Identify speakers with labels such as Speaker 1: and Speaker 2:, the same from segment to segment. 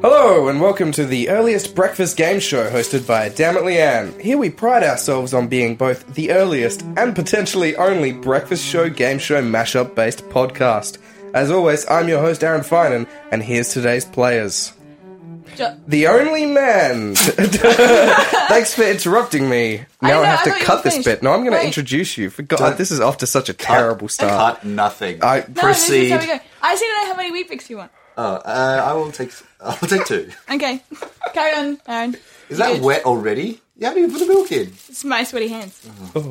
Speaker 1: Hello, and welcome to the earliest breakfast game show hosted by Dammit Leanne. Here we pride ourselves on being both the earliest and potentially only breakfast show game show mashup based podcast. As always, I'm your host Aaron Finan, and here's today's players.
Speaker 2: Jo-
Speaker 1: The only man. Thanks for interrupting me. Now I,
Speaker 2: know,
Speaker 1: have
Speaker 2: I
Speaker 1: to
Speaker 2: thought you
Speaker 1: cut
Speaker 2: were
Speaker 1: this
Speaker 2: finished.
Speaker 1: bit. No, I'm going to
Speaker 2: Wait.
Speaker 1: introduce you. For God, this is off to such a terrible start.
Speaker 3: Cut nothing.
Speaker 1: Uh, I,
Speaker 2: No, this is how we
Speaker 3: Proceed.
Speaker 2: go. I still don't know how many wheat picks you want.
Speaker 3: oh, uh, I will take. I'll take two.
Speaker 2: Okay, carry on, Aaron.
Speaker 3: Is that
Speaker 2: Good.
Speaker 3: wet already? Yeah, how do you put the milk in?
Speaker 2: It's my sweaty hands.
Speaker 3: It's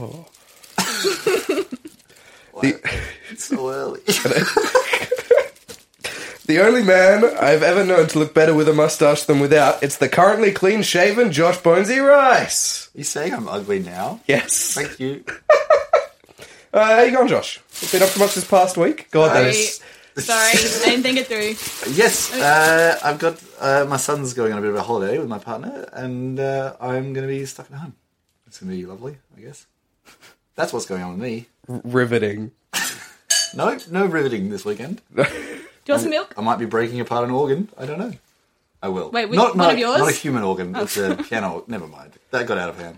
Speaker 3: so early.
Speaker 1: The only man I've ever known to look better with a mustache than without, it's the currently clean shaven Josh Bonesy Rice.
Speaker 3: you saying I'm ugly now?
Speaker 1: Yes. Uh,
Speaker 3: Thank you.
Speaker 1: how you going, Josh? Been up to much this past week? God, that
Speaker 2: Sorry,
Speaker 1: is.
Speaker 2: sorry, I didn't think it through.
Speaker 3: Yes, uh, I've got uh, my son's going on a bit of a holiday with my partner, and uh, I'm going to be stuck at home. It's going to be lovely, I guess. That's what's going on with me.
Speaker 1: riveting.
Speaker 3: No, no riveting this weekend.
Speaker 2: Do you want some milk?
Speaker 3: I might be breaking apart an organ. I don't know. I will.
Speaker 2: Wait, which-
Speaker 3: not,
Speaker 2: one
Speaker 3: not,
Speaker 2: of yours?
Speaker 3: Not a human organ. It's a piano. Never mind. That got out of hand.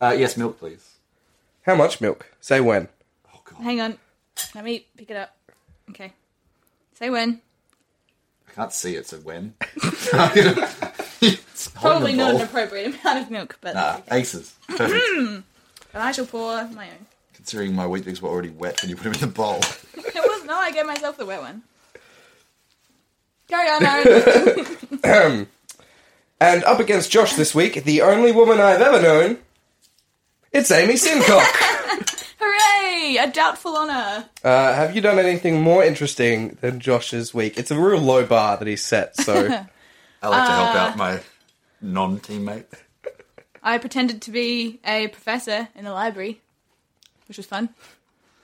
Speaker 3: Uh, yes, milk, please.
Speaker 1: How much milk? Say when.
Speaker 3: Oh god,
Speaker 2: Hang on, let me pick it up. Okay, say when.
Speaker 3: I can't see it. So when? It's
Speaker 2: Probably
Speaker 3: holding
Speaker 2: not Mm-hmm.
Speaker 3: a bowl.
Speaker 2: an appropriate amount of milk, but
Speaker 3: Ah, aces. Perfect.
Speaker 2: but I shall pour my own.
Speaker 3: Considering my wheat bix were already wet when you put them in the bowl.
Speaker 2: It was no, I gave myself the wet one. Carry on, Aaron.
Speaker 1: And up against Josh this week, the only woman I've ever known, it's Amy Sincock.
Speaker 2: Hooray! A doubtful honour.
Speaker 1: uh, have you done anything more interesting than Josh's week? It's a real low bar that he set, so.
Speaker 3: I like to
Speaker 2: Uh,
Speaker 3: help out my non-teammate.
Speaker 2: I pretended to be a professor in the library, which was fun.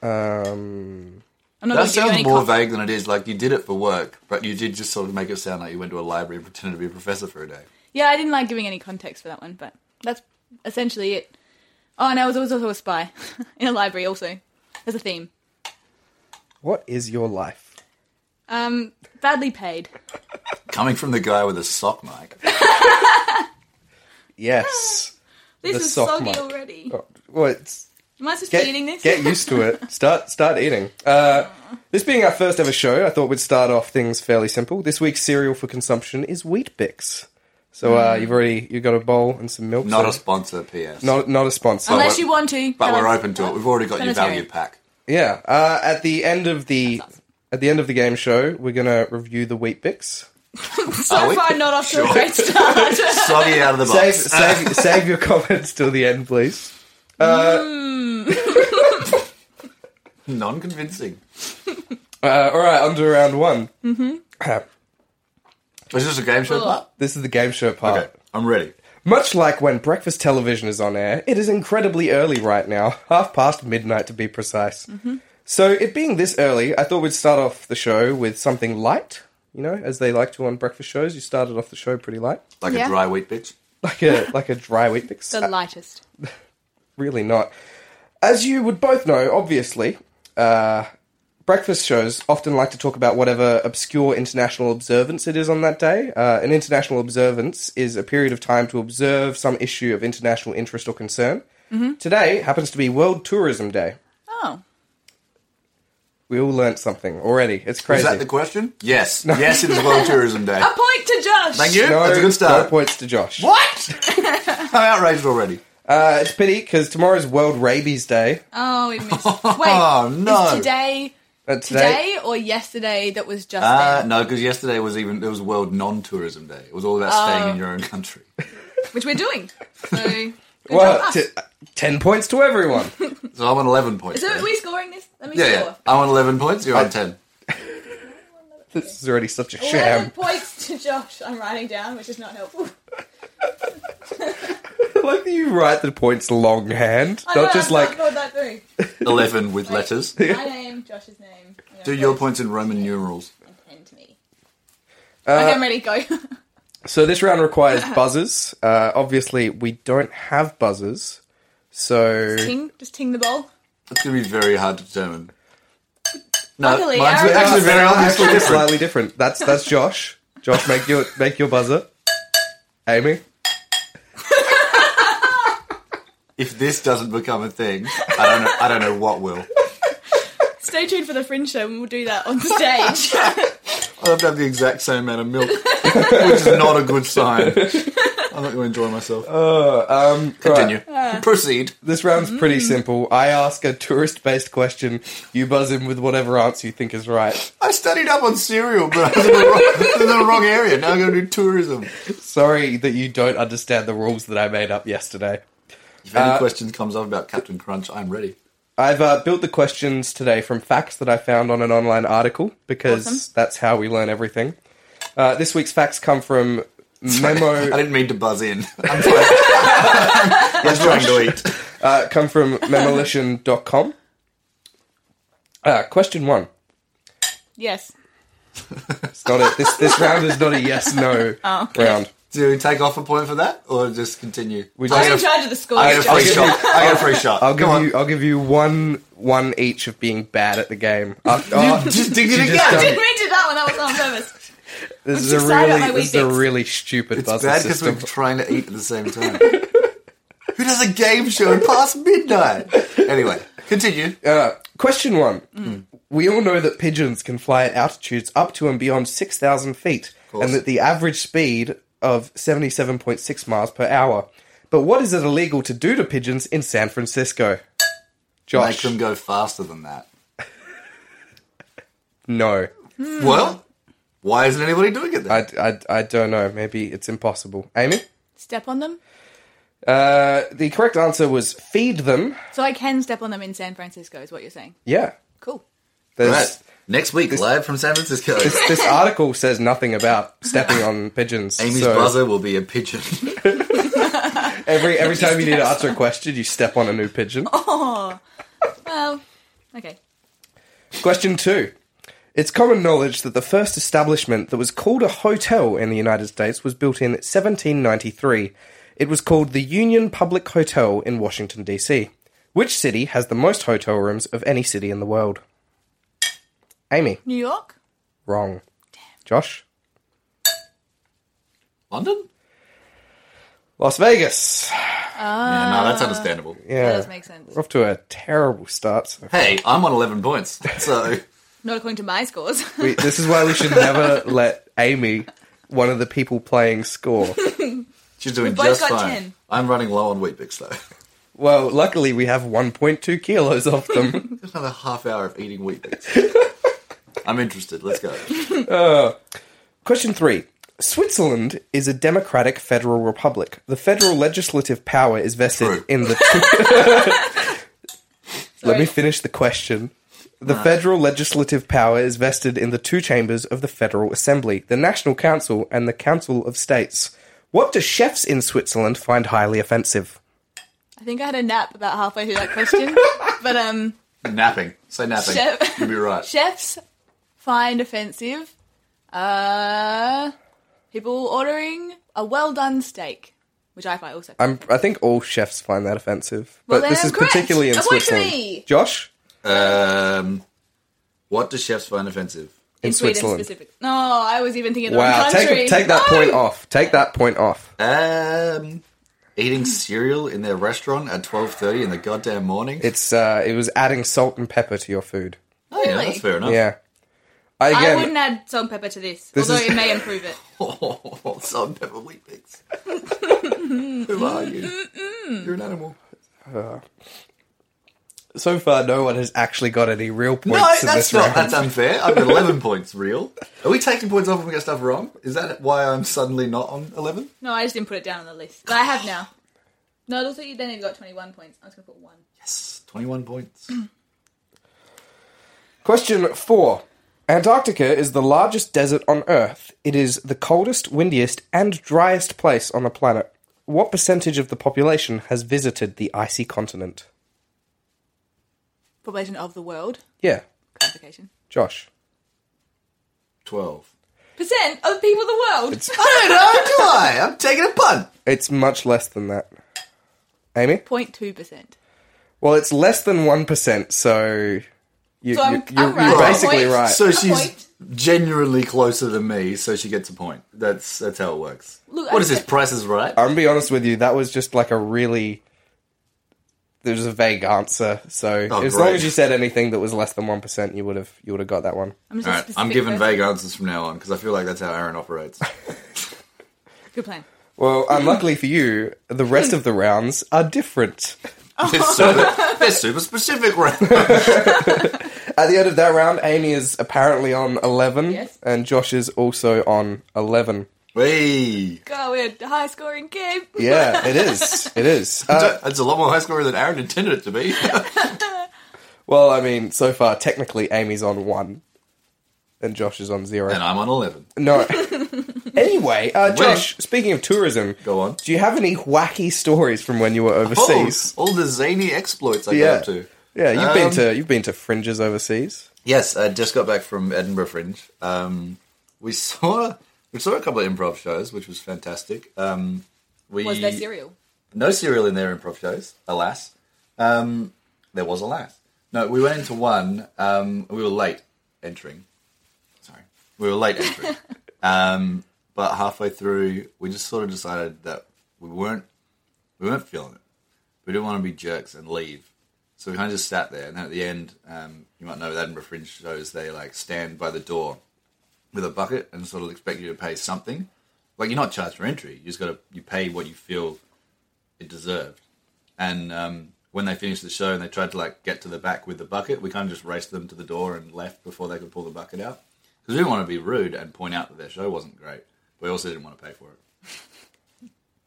Speaker 1: um.
Speaker 2: I'm not going to
Speaker 3: That
Speaker 2: give you
Speaker 3: sounds
Speaker 2: any
Speaker 3: more
Speaker 2: cop-
Speaker 3: vague than it is. Like you did it for work, but you did just sort of make it sound like you went to a library and pretended to be a professor for a day.
Speaker 2: Yeah, I didn't like giving any context for that one, but that's essentially it. Oh, and I was also a spy in a library. Also, there's a theme.
Speaker 1: What is your life?
Speaker 2: Um, badly paid.
Speaker 3: Coming from the guy with a sock mic.
Speaker 1: Yes.
Speaker 2: This
Speaker 1: The
Speaker 2: is
Speaker 1: sock
Speaker 2: soggy
Speaker 1: mic.
Speaker 2: already.
Speaker 1: Oh, well, it's,
Speaker 2: Am I supposed to
Speaker 1: get,
Speaker 2: be eating this?
Speaker 1: get used to it. Start start eating. Uh, this being our first ever show, I thought we'd start off things fairly simple. This week's cereal for consumption is Wheat Bix. So uh, you've already you have got a bowl and some milk.
Speaker 3: Not
Speaker 1: so-
Speaker 3: a sponsor, P.S.
Speaker 1: not not a sponsor.
Speaker 2: Unless you want to.
Speaker 3: but
Speaker 2: Tell
Speaker 3: we're
Speaker 2: us.
Speaker 3: open to it. We've already got your
Speaker 2: Sanitary.
Speaker 3: value pack.
Speaker 1: Yeah. Uh, at the end of the
Speaker 2: awesome.
Speaker 1: at the end of the game show, we're gonna review the Wheat Bix.
Speaker 3: Are
Speaker 2: So
Speaker 3: we?
Speaker 2: far, not off to a great start.
Speaker 3: Soggy out of the box.
Speaker 1: Save save save your comments till the end, please.
Speaker 3: Non-convincing.
Speaker 1: Uh, all right, on to round one. Mm-hmm.
Speaker 3: Is this a game show
Speaker 2: Ugh.
Speaker 3: part?
Speaker 1: This is the game show part.
Speaker 3: Okay, I'm ready.
Speaker 1: Much like when breakfast television is on air, it is incredibly early right now, half past midnight to be precise. So, it being this early, I thought we'd start off the show with something light, you know, as they like to on breakfast shows. You started off the show pretty light,
Speaker 3: Like
Speaker 2: Yeah.
Speaker 3: a dry wheat bitch.
Speaker 1: like a like a dry wheat mix.
Speaker 2: the lightest.
Speaker 1: really not. As you would both know, obviously, uh, breakfast shows often like to talk about whatever obscure international observance it is on that day. Uh, an international observance is a period of time to observe some issue of international interest or concern. Today happens to be World Tourism Day.
Speaker 2: Oh,
Speaker 1: We all learnt something already. It's crazy.
Speaker 3: Is that the question? Yes. Yes, it is World Tourism Day.
Speaker 2: a point to Josh.
Speaker 3: Thank you.
Speaker 1: no,
Speaker 3: That's a good
Speaker 1: no
Speaker 3: start.
Speaker 1: points to Josh.
Speaker 3: what? I'm outraged already.
Speaker 1: Uh, it's a pity because tomorrow's World Rabies Day.
Speaker 2: Oh, we missed. Wait,
Speaker 3: Oh, no.
Speaker 2: is today
Speaker 1: Uh, today,
Speaker 2: today or yesterday that was just
Speaker 3: Uh,
Speaker 2: then?
Speaker 3: no, because yesterday was even there was World Non-Tourism Day. It was all about
Speaker 2: Oh.
Speaker 3: staying in your own country.
Speaker 2: which we're doing. So, good job
Speaker 1: well,
Speaker 2: us.
Speaker 1: t- ten points to everyone.
Speaker 3: So I'm on 11 points.
Speaker 2: So
Speaker 3: then.
Speaker 2: are we scoring this? Let me
Speaker 3: yeah, yeah.
Speaker 2: score.
Speaker 3: I'm on 11 points. You're on 10.
Speaker 1: this is already such a sham.
Speaker 2: 11 points to Josh, I'm writing down, which is not helpful.
Speaker 1: I like that you write the points longhand,
Speaker 2: I
Speaker 1: not just like
Speaker 2: Not that through.
Speaker 3: 11 with letters.
Speaker 2: My name, Josh's name. you know,
Speaker 3: Do your points in Roman numerals.
Speaker 2: And me.
Speaker 1: Uh,
Speaker 2: okay, I'm ready, go.
Speaker 1: So this round requires buzzers. Uh, obviously, we don't have buzzers, so
Speaker 2: ting, just ting the bowl.
Speaker 3: It's going to be very hard to determine. No,
Speaker 2: Luckily,
Speaker 3: mine's
Speaker 2: Aaron-
Speaker 3: actually very
Speaker 1: actually
Speaker 3: obviously different.
Speaker 1: slightly different. That's that's Josh. Josh, make your make your buzzer. Amy.
Speaker 3: If this doesn't become a thing, I don't know. I don't know what will.
Speaker 2: Stay tuned for the Fringe show, and we'll do that on stage.
Speaker 3: I'll have to have the exact same amount of milk, which is not a good sign. I'm not going to enjoy myself.
Speaker 1: Uh, um,
Speaker 3: Continue.
Speaker 1: right.
Speaker 3: Proceed.
Speaker 1: This round's
Speaker 2: Mm.
Speaker 1: pretty simple. I ask a tourist-based question. You buzz in with whatever answer you think is right.
Speaker 3: I studied up on cereal, but I was in the wrong, in the wrong area. Now I'm going to do tourism. If
Speaker 1: Sorry that you don't understand the rules that I made up yesterday. Uh,
Speaker 3: any questions comes up about Captain Crunch, I'm ready.
Speaker 1: I've uh, built the questions today from facts that I found on an online article because
Speaker 2: Awesome.
Speaker 1: that's how we learn everything. Uh, this week's facts come from
Speaker 3: I
Speaker 1: memo
Speaker 3: didn't mean to buzz in. I'm trying, I'm trying to eat.
Speaker 1: uh, come from memolition.com. Uh, question one.
Speaker 2: yes.
Speaker 1: It's not a, this this round is not a yes no
Speaker 2: Oh,
Speaker 1: round.
Speaker 3: Do we take off a point for that, or just continue?
Speaker 1: We
Speaker 3: I
Speaker 2: I'm in
Speaker 1: just-
Speaker 3: get a-
Speaker 2: charge of the score.
Speaker 3: I get a
Speaker 2: Josh.
Speaker 3: free shot. I get a free shot.
Speaker 1: I'll give
Speaker 3: Come on.
Speaker 1: you I'll give you one one each of being bad at the game. Uh, oh,
Speaker 3: just did it
Speaker 1: you
Speaker 3: again.
Speaker 2: I
Speaker 1: done-
Speaker 2: didn't mean to do that one. That was on purpose.
Speaker 1: this is
Speaker 2: just
Speaker 1: a
Speaker 2: sad about
Speaker 1: really
Speaker 2: my
Speaker 1: this is a
Speaker 2: Weet-Bix.
Speaker 1: really stupid
Speaker 3: It's
Speaker 1: buzzer
Speaker 3: bad because we're
Speaker 1: system.
Speaker 3: trying to eat at the same time. Who does a game show past midnight? Anyway, continue.
Speaker 1: Uh, question one.
Speaker 3: Hmm.
Speaker 1: We all know that pigeons can fly at altitudes up to and beyond 6,000 feet,
Speaker 3: course.
Speaker 1: and that the average speed of 77.6 miles per hour. But what is it illegal to do to pigeons in San Francisco?
Speaker 3: Make
Speaker 1: Josh,
Speaker 3: them go faster than that.
Speaker 1: no.
Speaker 3: Well, why isn't anybody doing it then?
Speaker 1: I, I, I don't know. Maybe it's impossible. Amy?
Speaker 2: Step on them.
Speaker 1: Uh, the correct answer was feed them.
Speaker 2: So I can step on them in San Francisco, is what you're saying.
Speaker 1: Yeah.
Speaker 2: Cool.
Speaker 1: There's,
Speaker 3: Right. Next week, live from San Francisco.
Speaker 1: this, this article says nothing about stepping on pigeons.
Speaker 3: Amy's
Speaker 1: so
Speaker 3: buzzer will be a pigeon.
Speaker 1: Every, every time you need to answer a question, you step on a new pigeon.
Speaker 2: Well, okay.
Speaker 1: Question two. It's common knowledge that the first establishment that was called a hotel in the United States was built in 1793. It was called the Union Public Hotel in Washington, D.C. Which city has the most hotel rooms of any city in the world? Amy.
Speaker 2: New York.
Speaker 1: Wrong. Josh.
Speaker 3: London?
Speaker 1: Las Vegas.
Speaker 3: yeah, no,
Speaker 2: Uh.
Speaker 3: that's understandable.
Speaker 1: Yeah.
Speaker 2: That does make sense.
Speaker 1: We're off to a terrible start. So
Speaker 3: Hey, I'm on 11 points, so
Speaker 2: Not according to my scores.
Speaker 1: we, this is why we should never let Amy, one of the people playing, score.
Speaker 3: she's doing
Speaker 2: We've both
Speaker 3: just
Speaker 2: got
Speaker 3: fine.
Speaker 2: 10.
Speaker 3: I'm running low on Wheat Bix, though.
Speaker 1: Well, luckily we have 1.2 kilos of them.
Speaker 3: Another half hour of eating Wheat Bix. I'm interested. Let's go.
Speaker 1: Question three. Switzerland is a democratic federal republic. The federal legislative power is vested
Speaker 3: True.
Speaker 1: in the. Let me finish the question. The federal legislative power is vested in the two chambers of the Federal Assembly, the National Council, and the Council of States. What do chefs in Switzerland find highly offensive?
Speaker 2: I think I had a nap about halfway through that question. but um,
Speaker 3: Napping. Say napping.
Speaker 2: Chef.
Speaker 3: You'll be right.
Speaker 2: chefs find offensive uh, people ordering a well done steak, which I find also.
Speaker 1: I'm, I think all chefs find that offensive,
Speaker 2: Well,
Speaker 1: but
Speaker 2: then
Speaker 1: this
Speaker 2: I'm
Speaker 1: is
Speaker 2: correct.
Speaker 1: particularly in
Speaker 2: A point for me.
Speaker 1: Switzerland. Josh
Speaker 3: Um, what do chefs find offensive?
Speaker 1: in, Switzerland.
Speaker 2: specifically. No, I was even thinking the
Speaker 1: Wow,
Speaker 2: wrong country.
Speaker 1: take take that
Speaker 2: No!
Speaker 1: point off. Take that point off.
Speaker 3: Um, eating cereal in their restaurant at 12.30 in the goddamn morning?
Speaker 1: It's uh, it was adding salt and pepper to your food.
Speaker 3: oh, yeah,
Speaker 2: Really?
Speaker 3: that's fair enough.
Speaker 1: Yeah. I
Speaker 2: I
Speaker 1: again,
Speaker 2: wouldn't add salt and pepper to this,
Speaker 1: This
Speaker 2: although
Speaker 1: is-
Speaker 2: it may improve it.
Speaker 3: Oh, some pepper wheat bix. Who are you? You're an animal.
Speaker 1: so far no one has actually got any real points
Speaker 3: No,
Speaker 1: in
Speaker 3: that's
Speaker 1: this
Speaker 3: not.
Speaker 1: round.
Speaker 3: That's unfair. I've got 11 points real. Are we taking points off when we get stuff wrong? Is that why I'm suddenly not on 11?
Speaker 2: No, I just didn't put it down on the list, but I have now. No, it looks like you then even got twenty-one points. I was gonna put one.
Speaker 3: Yes, 21 points.
Speaker 1: Mm. Question four. Antarctica is the largest desert on Earth. It is the coldest, windiest, and driest place on the planet. What percentage of the population has visited the icy continent?
Speaker 2: Population of the world.
Speaker 1: Yeah,
Speaker 2: Clarification.
Speaker 1: Josh.
Speaker 3: 12.
Speaker 2: Percent of people of the world.
Speaker 3: I don't know, do I? I'm taking a punt.
Speaker 1: It's much less than that. Amy?
Speaker 2: 0.2 percent.
Speaker 1: Well, it's less than 1%, so You,
Speaker 2: So I'm-
Speaker 1: you,
Speaker 2: I'm
Speaker 1: you're,
Speaker 2: right.
Speaker 1: you're basically
Speaker 2: Wait.
Speaker 1: right.
Speaker 3: So
Speaker 2: A
Speaker 3: she's
Speaker 2: point.
Speaker 3: genuinely closer than me, so she gets a point. That's that's how it works.
Speaker 2: Look,
Speaker 3: what
Speaker 2: I-
Speaker 3: is this? Price is right.
Speaker 1: I'm gonna be honest with you. That was just like a really. There was a vague answer, so
Speaker 3: Oh,
Speaker 1: as
Speaker 3: great.
Speaker 1: long as you said anything that was less than one percent, you would have you would have got that one.
Speaker 2: I'm just
Speaker 3: All
Speaker 2: a
Speaker 3: right, I'm
Speaker 2: specific
Speaker 3: giving
Speaker 2: person.
Speaker 3: vague answers from now on because I feel like that's how Aaron operates.
Speaker 2: Good plan.
Speaker 1: Well, unluckily for you, the rest of the rounds are different.
Speaker 3: they're, super, they're super specific. Right?
Speaker 1: At the end of that round, Amy is apparently on eleven,
Speaker 2: Yes.
Speaker 1: and Josh is also on eleven.
Speaker 3: Wee.
Speaker 2: Go, we're a high scoring game.
Speaker 1: Yeah, it is. It is. Uh,
Speaker 3: That's a lot more high scorer than Aaron intended it to be.
Speaker 1: well, I mean, so far technically, Amy's on one, and Josh is on zero.
Speaker 3: and I'm on 11.
Speaker 1: No. anyway, uh, Josh, speaking of tourism,
Speaker 3: Go on.
Speaker 1: Do you have any wacky stories from when you were overseas?
Speaker 3: Oh, all the zany exploits I
Speaker 1: yeah,
Speaker 3: got up to.
Speaker 1: yeah. You've been
Speaker 3: Um,
Speaker 1: to you've been to fringes overseas.
Speaker 3: Yes, I just got back from Edinburgh Fringe. Um, we saw we saw a couple of improv shows, which was fantastic. Um, we
Speaker 2: Was there cereal?
Speaker 3: No cereal in their improv shows, alas. Um, there was alas. No, we went into one. Um, we were late entering. Sorry, we were late entering. um, but halfway through, we just sort of decided that we weren't we weren't feeling it. We didn't want to be jerks and leave, so we kind of just sat there. And then at the end, um, you might know with Edinburgh Fringe shows they like stand by the door with a bucket and sort of expect you to pay something. Like you're not charged for entry. You just got to you pay what you feel it deserved. And um, when they finished the show and they tried to like get to the back with the bucket, we kind of just raced them to the door and left before they could pull the bucket out because we didn't want to be rude and point out that their show wasn't great. But we also didn't want to pay for it.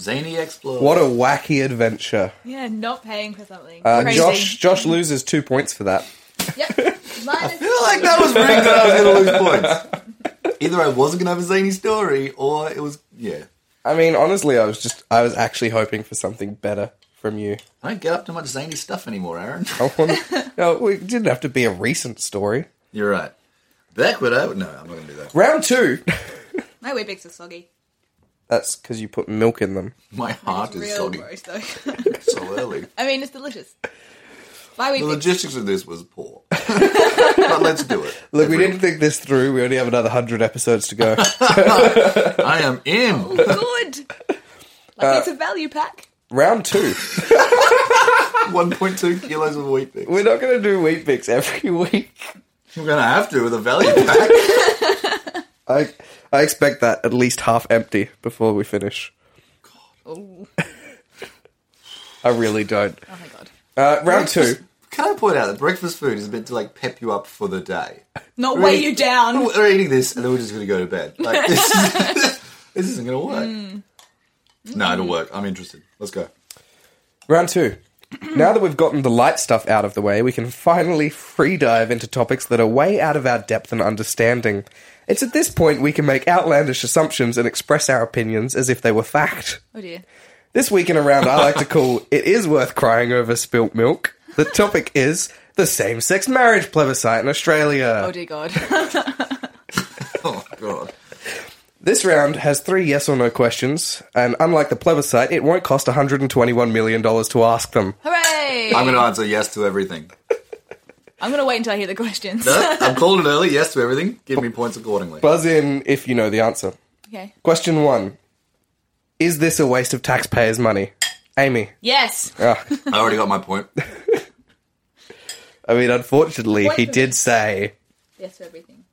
Speaker 3: Zany exploit.
Speaker 1: What a wacky adventure!
Speaker 2: Yeah, not paying for something.
Speaker 1: Uh,
Speaker 2: Crazy.
Speaker 1: Josh Josh loses two points for that.
Speaker 2: Yep. Minus
Speaker 3: I feel like that was rigged that I was going to lose points. Either I wasn't going to have a zany story, or it was yeah.
Speaker 1: I mean, honestly, I was just I was actually hoping for something better from you.
Speaker 3: I don't get up to much zany stuff anymore, Aaron.
Speaker 1: I want- no, it didn't have to be a recent story.
Speaker 3: You're right. Backward out? No, I'm not going to do that.
Speaker 1: Round two.
Speaker 2: My Webex is soggy.
Speaker 1: That's because you put milk in them.
Speaker 3: My heart is
Speaker 2: Real
Speaker 3: soggy
Speaker 2: gross though.
Speaker 3: so early.
Speaker 2: I mean, it's delicious. My
Speaker 3: The
Speaker 2: Webex.
Speaker 3: logistics of this was poor. but let's do it.
Speaker 1: Look, we didn't think this through. We only have another hundred episodes to go.
Speaker 3: I am in.
Speaker 2: Good. Like
Speaker 3: Uh,
Speaker 2: it's a value pack.
Speaker 1: Round two.
Speaker 3: 1.2 kilos of wheat bix.
Speaker 1: We're not going to do wheat bix every week.
Speaker 3: We're going to have to with a value pack.
Speaker 1: I I expect that at least half empty before we finish.
Speaker 2: Oh,
Speaker 1: I really don't.
Speaker 2: oh my god.
Speaker 1: Uh, round two.
Speaker 3: Can I point out that breakfast food is meant to like pep you up for the day?
Speaker 2: Not weigh
Speaker 3: Really? Oh,
Speaker 2: you down.
Speaker 3: We're eating this and then we're just going to go to bed. Like, this, is- this isn't going to work. No, it'll work. I'm interested. Let's go.
Speaker 1: Round two. Now that we've gotten the light stuff out of the way, we can finally free dive into topics that are way out of our depth and understanding. It's at this point we can make outlandish assumptions and express our opinions as if they were fact.
Speaker 2: Oh dear.
Speaker 1: This week in a round I like to call It Is Worth Crying Over Spilt Milk. The topic is the same sex marriage plebiscite in Australia.
Speaker 2: Oh dear God.
Speaker 3: Oh, God.
Speaker 1: This round has three yes or no questions, and unlike the plebiscite, it won't cost $121 million to ask them.
Speaker 2: Hooray!
Speaker 3: I'm going to answer yes to everything.
Speaker 2: I'm gonna wait until I hear the questions.
Speaker 3: No, I'm calling it early. Yes to everything. Give me points accordingly.
Speaker 1: Buzz in if you know the answer.
Speaker 2: Okay.
Speaker 1: Question one Is this a waste of taxpayers' money? Amy.
Speaker 2: Yes.
Speaker 1: Ah,
Speaker 3: I already got my point.
Speaker 1: I mean, unfortunately,
Speaker 2: Wait
Speaker 1: he
Speaker 2: for
Speaker 1: did say.
Speaker 2: Yes for everything.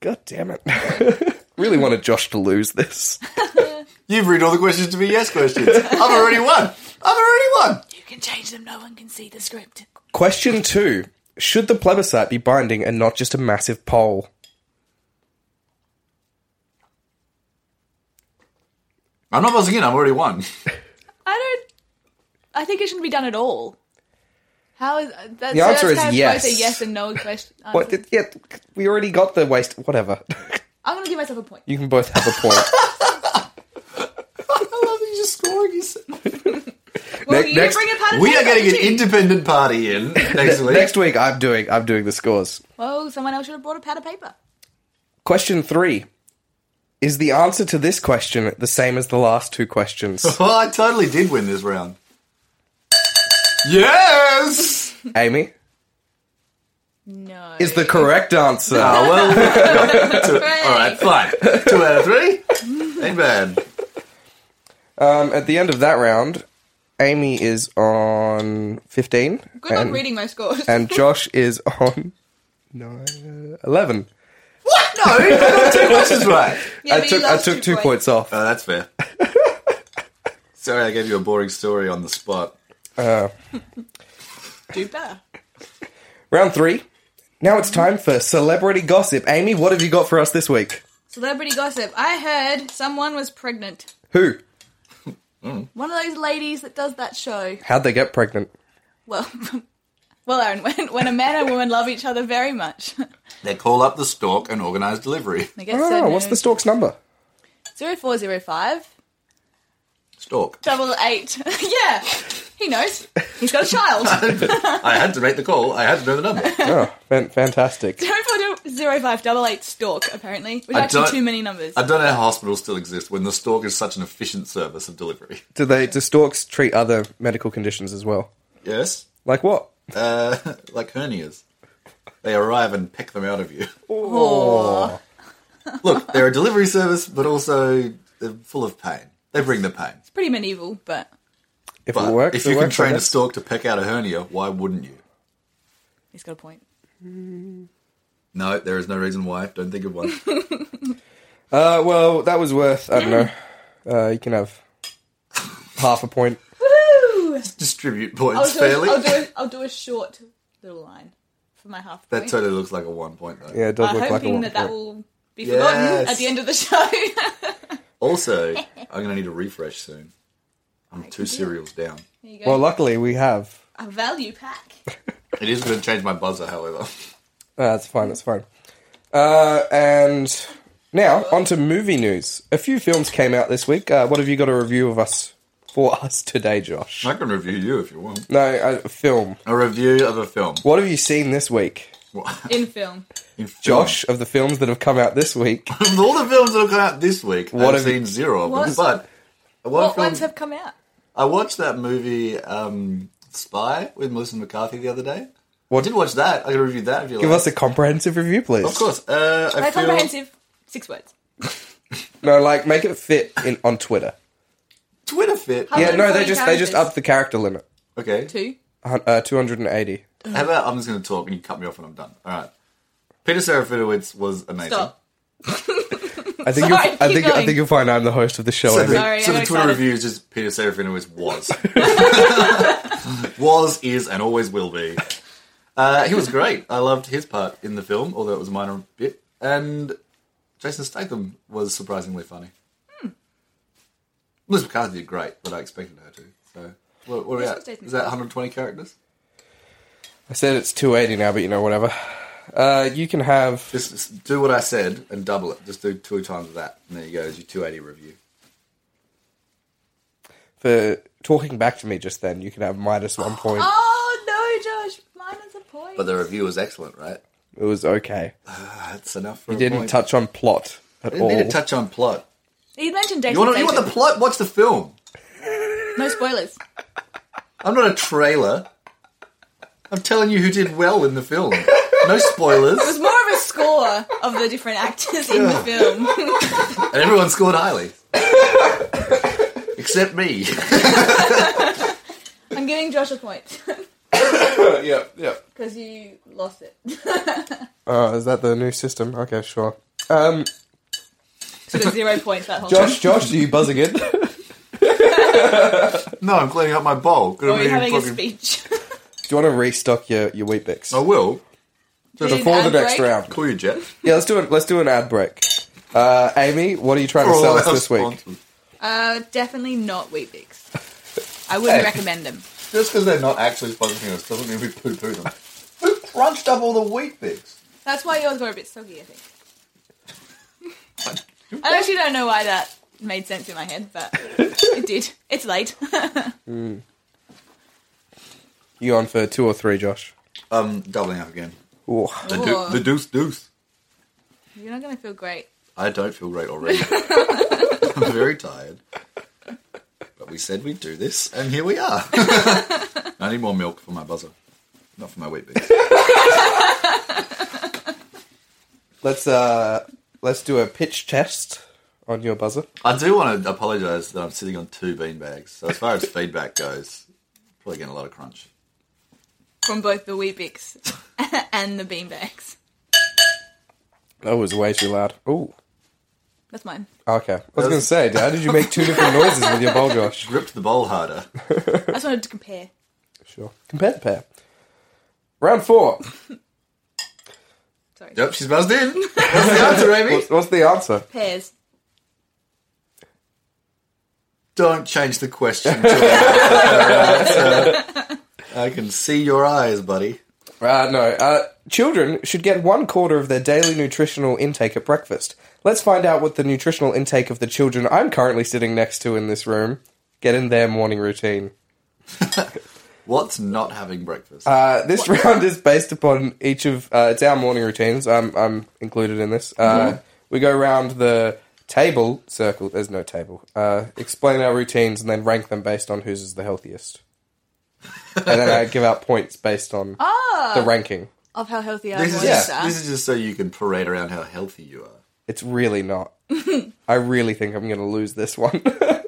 Speaker 1: God damn it. really wanted Josh to lose this.
Speaker 3: You've read all the questions to be yes questions. I've already won. I've already won.
Speaker 2: You can change them. No one can see the script.
Speaker 1: Question two Should the plebiscite be binding and not just a massive poll?
Speaker 3: I'm not buzzing in. I've already won.
Speaker 2: I don't. I think it shouldn't be done at all. How is that?
Speaker 1: The answer is
Speaker 2: kind of
Speaker 1: yes.
Speaker 2: Both a yes and no question.
Speaker 1: What?
Speaker 2: answer.
Speaker 1: Yeah, we already got the waste. Whatever.
Speaker 2: I'm gonna give myself a point.
Speaker 1: you can both have a point.
Speaker 3: I love that you're just scoring yourself.
Speaker 2: Well,
Speaker 1: Ne-
Speaker 2: you
Speaker 1: next-
Speaker 2: bring a pattern
Speaker 3: We
Speaker 2: to
Speaker 3: are getting an
Speaker 2: it.
Speaker 3: independent party in next week.
Speaker 1: Next week, I'm doing I'm doing the scores.
Speaker 2: Well, someone else should have brought a pad of paper.
Speaker 1: Question three is the answer to this question the same as the last two questions.
Speaker 3: Well, Oh, I totally did win this round. Yes.
Speaker 1: Amy,
Speaker 2: No.
Speaker 1: Is the correct answer.
Speaker 3: Ah, well,
Speaker 2: Hooray.
Speaker 3: all right, fine. Two out of three. Ain't bad.
Speaker 1: Um, at the end of that round, Amy is on 15.
Speaker 2: Good
Speaker 1: and,
Speaker 2: luck reading my scores.
Speaker 1: And Josh is on nine, 11.
Speaker 2: what? No.
Speaker 3: This is right.
Speaker 2: yeah,
Speaker 1: I
Speaker 2: but you
Speaker 1: took, I
Speaker 2: lost
Speaker 1: took two, points, off.
Speaker 3: Oh, that's fair. Sorry, I gave you a boring story on the spot.
Speaker 2: Do better.
Speaker 1: Round three. Now it's time for celebrity gossip. Amy, what have you got for us this week?
Speaker 2: Celebrity gossip. I heard someone was pregnant.
Speaker 1: Who?
Speaker 2: One of those ladies that does that show.
Speaker 1: How'd they get pregnant?
Speaker 2: Well, well, Aaron, when, when a man and woman love each other very much,
Speaker 3: They call up the stork and organise delivery.
Speaker 2: I guess.
Speaker 1: Oh, what's the stalk's number?
Speaker 2: Zero four zero five
Speaker 3: Stork.
Speaker 2: double eight. yeah, he knows. He's got a child.
Speaker 3: I had to make the call. I had to know the number.
Speaker 1: Oh, fan- fantastic.
Speaker 2: Zero four zero five double eight stalk. Apparently, which
Speaker 3: I
Speaker 2: are actually
Speaker 3: don't-
Speaker 2: too many numbers.
Speaker 3: I don't know how hospitals still exist when the stork is such an efficient service of delivery.
Speaker 1: Do they do storks treat other medical conditions as well?
Speaker 3: Yes,
Speaker 1: Like what?
Speaker 3: uh, like hernias. They arrive and peck them out of you.
Speaker 2: Oh.
Speaker 3: Look, they're a delivery service, but also they're full of pain. They bring the pain.
Speaker 2: It's pretty medieval, but
Speaker 1: If
Speaker 3: But
Speaker 1: it works,
Speaker 3: if you
Speaker 1: it
Speaker 3: can
Speaker 1: works, I
Speaker 3: train a
Speaker 1: guess.
Speaker 3: stork to peck out a hernia, why wouldn't you?
Speaker 2: he's got a point.
Speaker 3: No, there is no reason why. Don't think of one.
Speaker 1: Uh, well, that was worth, I don't know. Uh, you can have half a point.
Speaker 2: Woo!
Speaker 3: Distribute
Speaker 2: I'll
Speaker 3: points
Speaker 2: do, a,
Speaker 3: fairly.
Speaker 2: I'll, do a, I'll do a short little line for my half
Speaker 3: That
Speaker 2: point.
Speaker 3: totally looks like a one point though.
Speaker 1: Yeah, it does
Speaker 2: I'm
Speaker 1: look like a
Speaker 2: hoping
Speaker 1: one.
Speaker 2: that that
Speaker 1: point.
Speaker 2: will be forgotten at
Speaker 3: Yes.
Speaker 2: the end of the show.
Speaker 3: Also, I'm gonna need a refresh soon. I'm two cereals down.
Speaker 2: There you go.
Speaker 1: Well, luckily we have.
Speaker 2: a value pack.
Speaker 3: It is gonna change my buzzer, however.
Speaker 1: Uh, that's fine. That's fine. Uh, and now on to movie news. A few films came out this week. Uh, what have you got a review of us for us today, Josh?
Speaker 3: I can review you if you want.
Speaker 1: No, uh, film.
Speaker 3: A review of a film.
Speaker 1: What have you seen this week,
Speaker 2: In film.
Speaker 3: In film.
Speaker 1: Josh? Of the films that have come out this week,
Speaker 3: Of all the films that have come out this week,
Speaker 1: What have
Speaker 3: I've
Speaker 1: you-
Speaker 3: seen zero of them.
Speaker 2: What?
Speaker 3: But one
Speaker 2: What
Speaker 3: film-
Speaker 2: ones have come out?
Speaker 3: I watched that movie um, Spy with Melissa McCarthy the other day.
Speaker 1: What-
Speaker 3: I did watch that. I can review that if you
Speaker 1: give
Speaker 3: like.
Speaker 1: us a comprehensive review, please.
Speaker 3: of course. Uh, I
Speaker 2: They're
Speaker 3: feel-
Speaker 2: comprehensive. Six words.
Speaker 1: No, like make it fit in on Twitter.
Speaker 3: Twitter fit.
Speaker 2: How
Speaker 1: Yeah,
Speaker 2: many-
Speaker 1: no,
Speaker 2: how
Speaker 1: they
Speaker 2: many
Speaker 1: just they just
Speaker 2: characters?
Speaker 1: upped the character limit.
Speaker 3: Okay.
Speaker 2: Two.
Speaker 1: Uh, Uh, Two hundred and eighty.
Speaker 3: How about I'm just going to talk and you cut me off when I'm done. All right. Peter Serafinowicz was amazing.
Speaker 2: Stop.
Speaker 1: I think
Speaker 2: Sorry,
Speaker 1: you'll, I
Speaker 2: keep
Speaker 1: think I
Speaker 2: going.
Speaker 1: think you'll find I'm the host of the show.
Speaker 3: So
Speaker 1: I
Speaker 3: the,
Speaker 1: think.
Speaker 2: Sorry,
Speaker 3: so
Speaker 2: I'm
Speaker 3: the Twitter
Speaker 2: excited.
Speaker 3: review is just Peter Serafinowicz was. was, is, and always will be. Uh, he was great. I loved his part in the film, although it was a minor bit. And Jason Statham was surprisingly funny.
Speaker 2: Hmm.
Speaker 3: Liz McCarthy did great, but I expected her to. So, what, what are we
Speaker 2: Who's
Speaker 3: at?
Speaker 2: Jason
Speaker 3: Is that 120 characters?
Speaker 1: I said it's two eighty now, but you know whatever. Uh, you can have
Speaker 3: Just, just do what I said and double it. Just do two times that, and there you go. It's your 280 review.
Speaker 1: for talking back to me just then. You can have minus one point.
Speaker 2: Oh no, Josh. Mine is a point.
Speaker 3: But the review was excellent, right?
Speaker 1: It was okay.
Speaker 3: That's enough for a
Speaker 1: Didn't
Speaker 3: point.
Speaker 1: touch on plot at
Speaker 3: Didn't need
Speaker 1: all.
Speaker 3: to touch on plot.
Speaker 2: he mentioned Jason
Speaker 3: You want, you want the
Speaker 2: Statham.
Speaker 3: plot? Watch the film.
Speaker 2: No spoilers.
Speaker 3: I'm not a trailer. I'm telling you who did well in the film. No spoilers.
Speaker 2: It's more of a score of the different actors in the film.
Speaker 3: And everyone scored highly. Except me.
Speaker 2: I'm giving Josh a point
Speaker 1: yeah, yeah.
Speaker 2: because you lost it.
Speaker 1: Oh, is that the new system? Okay, sure. Um,
Speaker 2: Sort of zero points that whole time.
Speaker 1: Josh, Josh, are you buzzing in?
Speaker 3: No, I'm cleaning up my bowl. Could
Speaker 2: Or
Speaker 3: have
Speaker 2: are you
Speaker 3: been
Speaker 2: having a
Speaker 3: fucking-
Speaker 2: speech?
Speaker 1: Do you want to restock your your wheat bix
Speaker 3: I will.
Speaker 1: before the next round?
Speaker 3: Call you, Jet.
Speaker 1: Yeah, let's do it. Let's do an ad break. Uh, Amy, what are you trying to sell us this week?
Speaker 2: Uh, definitely not Weet-Bix. I wouldn't recommend them.
Speaker 3: Just because they're not actually sponsoring us doesn't mean we poo-poo them. Who crunched up all the wheat bix?
Speaker 2: That's why yours were a bit soggy, I think. I actually don't know why that made sense in my head, but it did. It's late.
Speaker 1: You on for two or three, Josh?
Speaker 3: Um, doubling up again.
Speaker 1: Ooh.
Speaker 3: The,
Speaker 2: Ooh.
Speaker 3: do- the deuce deuce.
Speaker 2: You're not going to feel great.
Speaker 3: I don't feel great already. I'm very tired. But we said we'd do this, and here we are. I need more milk for my buzzer, not for my wheat bix.
Speaker 1: Let's uh, let's do a pitch test on your buzzer.
Speaker 3: I do want to apologise that I'm sitting on two bean bags. So as far as feedback goes, probably getting a lot of crunch.
Speaker 2: From both the Weebix and the beanbags.
Speaker 1: That was way too loud. Ooh.
Speaker 2: That's mine.
Speaker 1: Okay. I was going to say, how did you make two different noises with your bowl, Josh?
Speaker 3: Gripped the bowl harder.
Speaker 2: I just wanted to compare.
Speaker 1: Sure. Compare the pair. Round four.
Speaker 2: Sorry.
Speaker 3: Yep, she's buzzed in. That's the answer, Amy.
Speaker 1: What's, what's the answer?
Speaker 2: Pairs.
Speaker 3: Don't change the question. To an answer. I can see your eyes, buddy.
Speaker 1: Uh, no. Uh, children should get one quarter of their daily nutritional intake at breakfast. Let's find out what the nutritional intake of the children I'm currently sitting next to in this room get in their morning routine.
Speaker 3: What's not having breakfast?
Speaker 1: Uh, this round is based upon each of uh, it's our morning routines. I'm I'm included in this. Uh, We go around the table circle. There's no table. Uh, explain our routines and then rank them based on whose is the healthiest. and then I give out points based on the ranking.
Speaker 2: Of how healthy I
Speaker 3: this is
Speaker 2: was.
Speaker 3: just,
Speaker 2: uh,
Speaker 3: this is just so you can parade around how healthy you are.
Speaker 1: It's really not. I really think I'm going to lose this one. okay,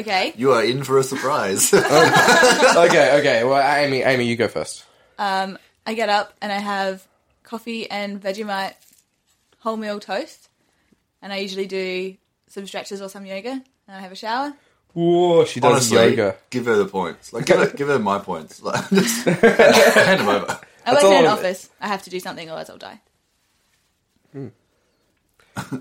Speaker 2: okay.
Speaker 3: You are in for a surprise.
Speaker 1: okay. Well, Amy, Amy, you go first.
Speaker 2: Um, I get up and I have coffee and Vegemite wholemeal toast. And I usually do some stretches or some yoga. And I have a shower.
Speaker 1: Whoa, she does
Speaker 3: Honestly,
Speaker 1: yoga.
Speaker 3: give her the points. Like, give her, give her my points. Like, just hand them over.
Speaker 2: I
Speaker 1: That's
Speaker 2: work in an
Speaker 1: all of it.
Speaker 2: office. I have to do something or else I'll die.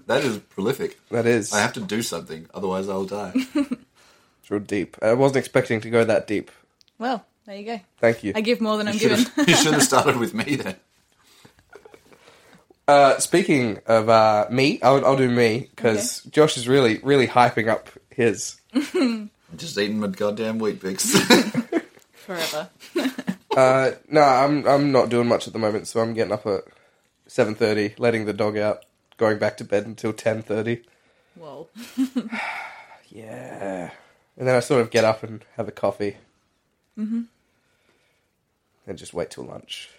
Speaker 3: That is prolific.
Speaker 1: That is
Speaker 3: I have to do something, otherwise I'll die.
Speaker 1: it's real deep. I wasn't expecting to go that deep.
Speaker 2: Well, there you go.
Speaker 1: Thank you.
Speaker 2: I give more than I'm
Speaker 3: You should
Speaker 2: given.
Speaker 3: have- you should have started with me then.
Speaker 1: Uh, speaking of uh, me, I'll, I'll do me because Josh is really, really hyping up his.
Speaker 3: I'm just eating my goddamn wheat bix.
Speaker 2: Forever.
Speaker 1: Uh, no, I'm I'm not doing much at the moment, so I'm getting up at seven thirty, letting the dog out, going back to bed until ten thirty.
Speaker 2: Whoa.
Speaker 1: Yeah, and then I sort of get up and have a coffee, mm-hmm. and just wait till lunch.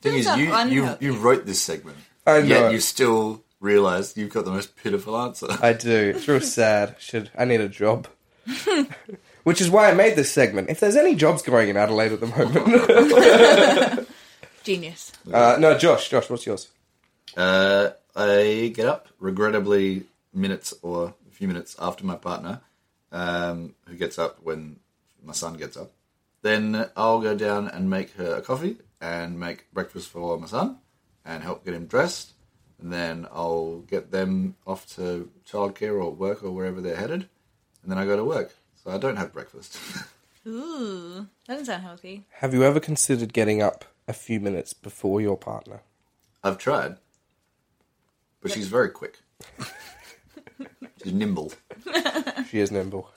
Speaker 3: thing
Speaker 2: Things
Speaker 3: is,
Speaker 2: are
Speaker 3: you, you,
Speaker 2: unhealthy.
Speaker 3: you wrote this segment,
Speaker 1: I know.
Speaker 3: yet you still realise you've got the most pitiful answer.
Speaker 1: I do. It's real sad. Should I need a job? Which is why I made this segment. If there's any jobs going in Adelaide at the moment,
Speaker 2: Genius.
Speaker 1: uh, no, Josh, Josh, what's yours?
Speaker 3: Uh, I get up, regrettably, minutes or a few minutes after my partner, um, who gets up when my son gets up. Then I'll go down and make her a coffee and make breakfast for my son and help get him dressed. And then I'll get them off to childcare or work or wherever they're headed. And then I go to work. So I don't have breakfast.
Speaker 2: Ooh. That doesn't sound healthy.
Speaker 1: Have you ever considered getting up a few minutes before your partner?
Speaker 3: I've tried, but she's very quick. she's nimble.
Speaker 1: She is nimble.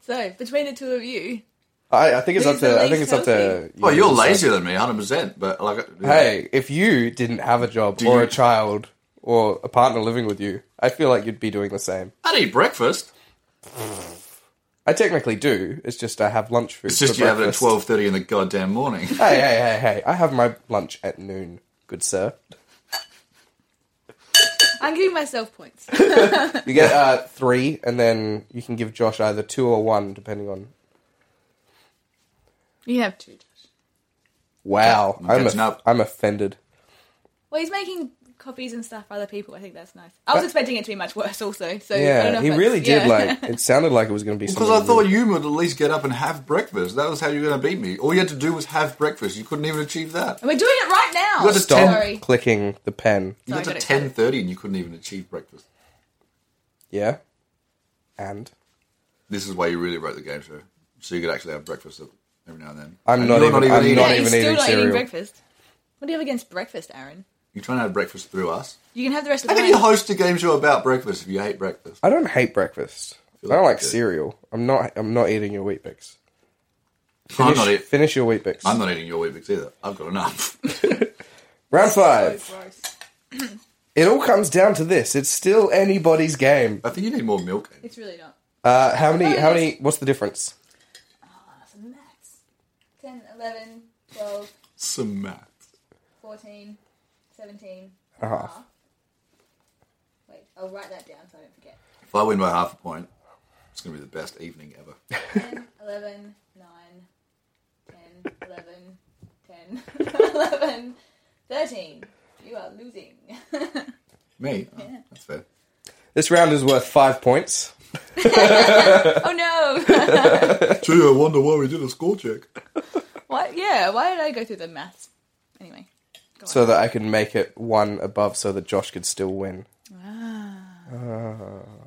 Speaker 2: So, between the two of you,
Speaker 1: I, I think it's up
Speaker 2: Who's the
Speaker 1: to. I think
Speaker 2: least
Speaker 1: it's up to.
Speaker 2: healthy?
Speaker 1: you
Speaker 3: Well, you're
Speaker 1: to decide.
Speaker 3: lazier than me, hundred percent. But like,
Speaker 1: Hey, if you didn't have a job or
Speaker 3: you-
Speaker 1: a child or a partner living with you, I feel like you'd be doing the same.
Speaker 3: I'd eat breakfast.
Speaker 1: I technically do. It's just I have lunch food.
Speaker 3: It's just
Speaker 1: for
Speaker 3: you have it at
Speaker 1: breakfast.
Speaker 3: twelve thirty in the goddamn morning.
Speaker 1: Hey, hey, hey, hey! I have my lunch at noon, good sir.
Speaker 2: I'm giving myself points.
Speaker 1: You get uh, three, and then you can give Josh either two or one, depending on.
Speaker 2: You have two.
Speaker 1: Wow,
Speaker 3: I'm
Speaker 1: I'm
Speaker 3: catching
Speaker 1: i
Speaker 3: up.
Speaker 1: I'm offended.
Speaker 2: Well, he's making copies and stuff for other people. I think that's nice. I was expecting it to be much worse, also. So I don't know
Speaker 1: Yeah,
Speaker 2: if
Speaker 1: he
Speaker 2: that's-
Speaker 1: really did.
Speaker 2: yeah.
Speaker 1: Like it sounded like it was going to be
Speaker 3: Because I
Speaker 1: something
Speaker 3: thought you would at least get up and have breakfast. That was how you were going to beat me. All you had to do was have breakfast. You couldn't even achieve that.
Speaker 2: And we're doing it right now.
Speaker 3: You got to
Speaker 1: Stop
Speaker 2: Sorry.
Speaker 1: clicking the pen.
Speaker 3: You
Speaker 2: Sorry,
Speaker 3: got
Speaker 2: I got
Speaker 3: to
Speaker 2: it.
Speaker 3: ten thirty and you couldn't even achieve breakfast.
Speaker 1: Yeah. And
Speaker 3: This is why you really wrote the game show, so you could actually have breakfast every now and then.
Speaker 1: I'm
Speaker 3: And
Speaker 1: not
Speaker 3: you're
Speaker 1: even- I'm
Speaker 3: eating.
Speaker 1: not
Speaker 2: yeah,
Speaker 1: even
Speaker 2: he's still
Speaker 1: eating
Speaker 2: not
Speaker 1: cereal.
Speaker 2: eating breakfast. What do you have against breakfast, Aaron?
Speaker 3: You're trying to have breakfast through us.
Speaker 2: You can have the rest of
Speaker 3: How
Speaker 2: the
Speaker 3: can you
Speaker 2: time.
Speaker 3: host a game show about breakfast if you hate breakfast?
Speaker 1: I don't hate breakfast. I
Speaker 3: like
Speaker 1: don't like
Speaker 3: you do.
Speaker 1: cereal. I'm not. I'm not eating your wheat bix.
Speaker 3: I'm
Speaker 1: Finish,
Speaker 3: not eating.
Speaker 1: finish your wheat bix.
Speaker 3: I'm not eating your Weetabix either. I've got enough.
Speaker 1: Round five.
Speaker 2: So gross.
Speaker 1: It all comes down to this. It's still anybody's game.
Speaker 3: I think you need more milk.
Speaker 2: It's really not.
Speaker 1: Uh, how many?
Speaker 2: Oh,
Speaker 1: How
Speaker 2: yes.
Speaker 1: many? What's the difference?
Speaker 2: That's a max. 10, 11, 12,
Speaker 3: Some math.
Speaker 2: 14, 17,
Speaker 1: Uh-huh.
Speaker 2: half. Wait, I'll write that down so I don't forget.
Speaker 3: If I win by half a point, it's going to be the best evening ever.
Speaker 2: 10, 11, 9, 10, 11, 10, 11, 13. You are losing.
Speaker 3: Me? Oh, That's fair.
Speaker 1: This round is worth five points.
Speaker 2: oh no!
Speaker 3: Gee, I wonder why we did a score check.
Speaker 2: what? Yeah, why did I go through the maths? Anyway.
Speaker 1: so that I can make it one above so that Josh could still win. Ah.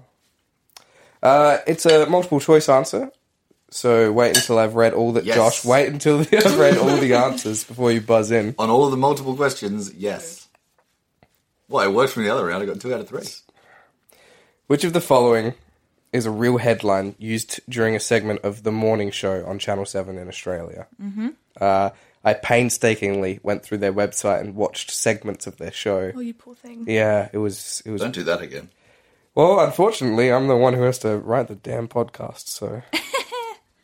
Speaker 1: Uh, it's a multiple choice answer. So wait until I've read all that
Speaker 3: Yes.
Speaker 1: Josh. Wait until I've read all the answers before you buzz in.
Speaker 3: On all of the multiple questions, yes. Well, it worked from the other round. I got two out of three.
Speaker 1: Which of the following is a real headline used during a segment of the morning show on Channel 7 in Australia? Mm-hmm. Uh, I painstakingly went through their website and watched segments of their show.
Speaker 2: Oh, you poor thing.
Speaker 1: Yeah, it was it was
Speaker 3: Don't do that again.
Speaker 1: Well, unfortunately, I'm the one who has to write the damn podcast, so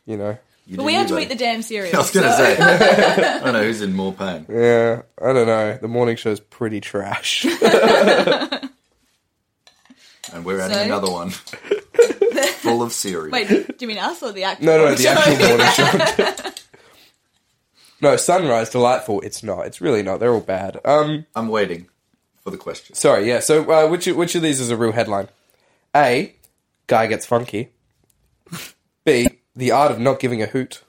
Speaker 1: you know.
Speaker 3: You
Speaker 2: But
Speaker 3: do
Speaker 2: we
Speaker 3: you,
Speaker 2: had to
Speaker 3: buddy.
Speaker 2: eat the damn cereal.
Speaker 3: I was going to say. I don't know who's in more pain.
Speaker 1: Yeah, Uh, I don't know. The morning show's pretty trash.
Speaker 3: And we're adding
Speaker 2: So?
Speaker 3: another one. Full of cereal.
Speaker 2: Wait, do you mean us or the actor?
Speaker 1: no, no, the actual morning show. no, Sunrise delightful. It's not. It's really not. They're all bad. Um,
Speaker 3: I'm waiting for the question.
Speaker 1: sorry. Yeah. So, uh, which which of these is a real headline? A, guy gets funky. B, the art of not giving a hoot.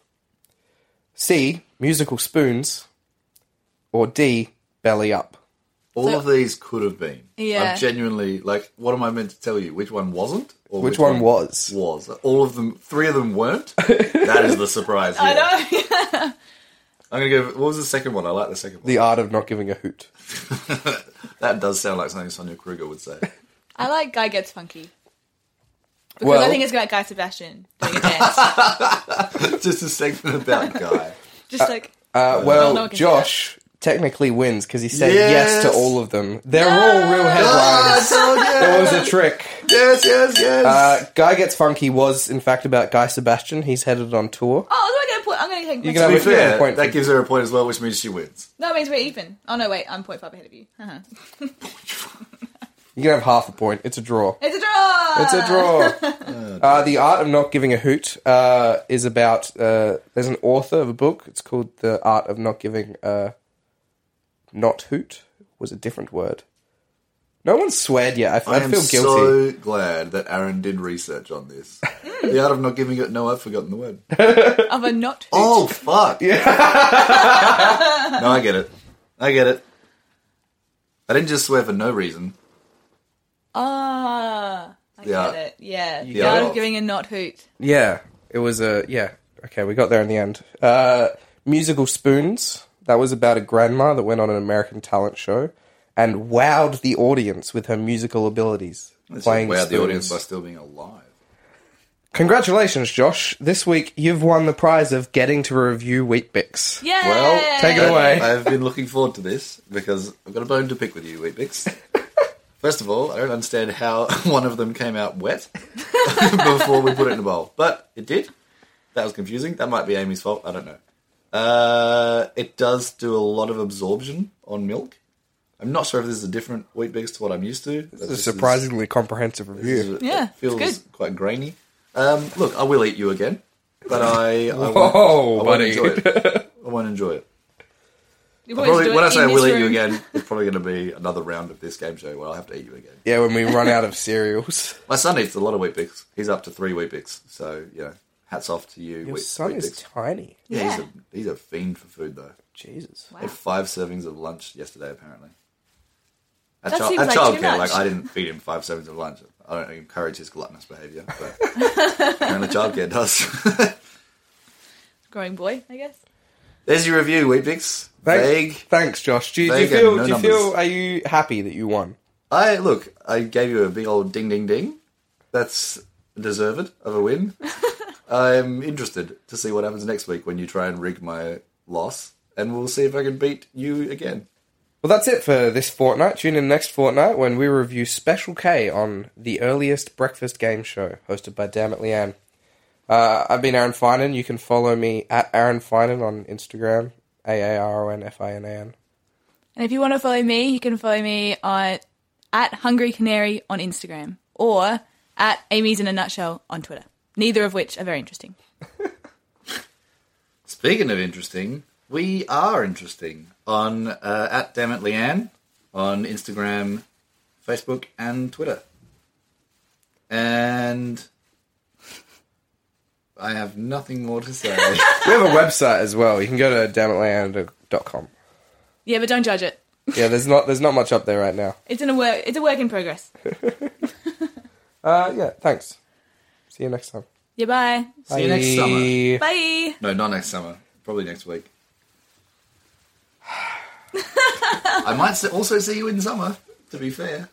Speaker 1: C, musical spoons. Or D, belly up.
Speaker 3: All of these could have been.
Speaker 2: Yeah.
Speaker 3: I'm genuinely like, what am I meant to tell you? Which one wasn't? Or
Speaker 1: Which one was?
Speaker 3: Was all of them? Three of them weren't. that is the surprise. Here.
Speaker 2: I know.
Speaker 3: I'm gonna go. What was the second one? I like the second one.
Speaker 1: The art of not giving a hoot.
Speaker 3: that does sound like something Sonia Kruger would say.
Speaker 2: I like Guy Gets Funky. Because
Speaker 1: Well-
Speaker 2: I think it's about Guy Sebastian doing a dance.
Speaker 3: Just a segment about guy.
Speaker 2: Just like,
Speaker 1: Uh,
Speaker 2: Oh, no
Speaker 1: well,
Speaker 2: one can see
Speaker 1: Josh technically wins because he said yes.
Speaker 3: Yes.
Speaker 1: to all of them. They're all real
Speaker 2: Ah,
Speaker 1: headlines. It was a trick.
Speaker 3: yes, yes, yes.
Speaker 1: Uh, Guy Gets Funky was, in fact, about Guy Sebastian. He's headed on tour.
Speaker 2: oh, do I get a point? I'm going to take
Speaker 1: You can
Speaker 2: my
Speaker 3: to
Speaker 1: have
Speaker 3: be
Speaker 1: a- yeah,
Speaker 3: fair,
Speaker 1: point.
Speaker 3: that gives her a point as well, which means she wins.
Speaker 2: That means we're even. Oh, no, wait, I'm 0.5 ahead of you. Uh-huh.
Speaker 1: You can have half a point. It's a draw.
Speaker 2: It's a draw!
Speaker 1: It's a draw. Uh, the Art of Not Giving a Hoot uh, is about. Uh, there's an author of a book. It's called The Art of Not Giving a Not Hoot. Was a different word. No one's sweared yet. I, f- I
Speaker 3: I, am
Speaker 1: feel guilty.
Speaker 3: so glad that Aaron did research on this.
Speaker 2: Hmm.
Speaker 3: the art of not giving it. No, I've forgotten the word.
Speaker 2: Of a not
Speaker 3: Oh fuck! Yeah. no, I get it. I get it. I didn't just swear for no reason.
Speaker 2: Ah, I
Speaker 3: Yeah.
Speaker 2: get it. Yeah.
Speaker 3: Yeah.
Speaker 2: God is giving a not hoot.
Speaker 1: Yeah, it was a yeah. Okay, we got there in the end. Uh, musical spoons. That was about a grandma that went on an American talent show and wowed the audience with her musical abilities.
Speaker 3: It's
Speaker 1: playing
Speaker 3: wow the
Speaker 1: spoons.
Speaker 3: audience by still being alive.
Speaker 1: Congratulations, Josh! This week you've won the prize of getting to review Wheatbix.
Speaker 2: Yeah.
Speaker 3: Well,
Speaker 1: take it away.
Speaker 3: I've been looking forward to this because I've got a bone to pick with you, Wheatbix. First of all, I don't understand how one of them came out wet before we put it in a bowl, but it did. That was confusing. That might be Amy's fault. I don't know. Uh, it does do a lot of absorption on milk. I'm not sure if this is a different Wheatbix to what I'm used to.
Speaker 1: This is a surprisingly comprehensive review.
Speaker 2: Yeah,
Speaker 3: it feels
Speaker 2: it's
Speaker 3: quite grainy. Um, look, I will eat you again, but I, I won't, I
Speaker 1: Whoa,
Speaker 3: won't
Speaker 1: buddy!
Speaker 3: enjoy it. I won't enjoy it.
Speaker 2: You
Speaker 3: Probably,
Speaker 2: do
Speaker 3: when
Speaker 2: it
Speaker 3: I say
Speaker 2: in
Speaker 3: I
Speaker 2: this
Speaker 3: will eat you
Speaker 2: room.
Speaker 3: again, it's probably going to be another round of this game show where I'll have to eat you again.
Speaker 1: yeah, when we run out of cereals,
Speaker 3: My son eats a lot of wheat bix. He's up to three wheat bix, so you know, hats off to you.
Speaker 1: your
Speaker 3: wheat,
Speaker 1: son
Speaker 3: Weet
Speaker 1: is
Speaker 3: Bix.
Speaker 1: tiny.
Speaker 3: yeah, he's
Speaker 2: Yeah.
Speaker 3: a he's a fiend for food though.
Speaker 1: Jesus.
Speaker 3: I had five servings of lunch yesterday apparently. At,
Speaker 2: That
Speaker 3: child,
Speaker 2: seems
Speaker 3: at
Speaker 2: like too
Speaker 3: childcare,
Speaker 2: much.
Speaker 3: like I didn't feed him five servings of lunch. I don't encourage his gluttonous behaviour, but apparently childcare does.
Speaker 2: Growing boy, I guess.
Speaker 3: There's your review, wheat bix.
Speaker 1: Thanks,
Speaker 3: Vague.
Speaker 1: thanks, Josh. Do you, do you
Speaker 3: Vague and
Speaker 1: feel?
Speaker 3: no
Speaker 1: do you
Speaker 3: numbers.
Speaker 1: feel? Are you happy that you won?
Speaker 3: I look. I gave you a big old ding, ding, ding. That's deserved of a win. I'm interested to see what happens next week when you try and rig my loss, and we'll see if I can beat you again.
Speaker 1: Well, that's it for this fortnight. Tune in next fortnight when we review Special K on the earliest breakfast game show hosted by Dammit Leanne. Uh, I've been Aaron Finan. You can follow me at Aaron Finan on Instagram A A R O N F I N A N.
Speaker 2: And if you want to follow me, you can follow me on at Hungry Canary on Instagram or at Amy's in a Nutshell on Twitter. Neither of which are very interesting.
Speaker 3: Speaking of interesting, we are interesting on uh, at Dammit Leanne on Instagram, Facebook, and Twitter. And I have nothing more to say.
Speaker 1: We have a website as well. You can go to dammitland.com.
Speaker 2: Yeah, but don't judge it.
Speaker 1: Yeah, there's not there's not much up there right now.
Speaker 2: It's in a work. It's a work in progress.
Speaker 1: Uh, yeah, thanks. See you next time.
Speaker 2: Yeah, bye.
Speaker 3: See you next summer.
Speaker 1: Bye.
Speaker 2: Bye.
Speaker 3: No, not next summer. Probably next week. I might s- also see you in summer. To be fair.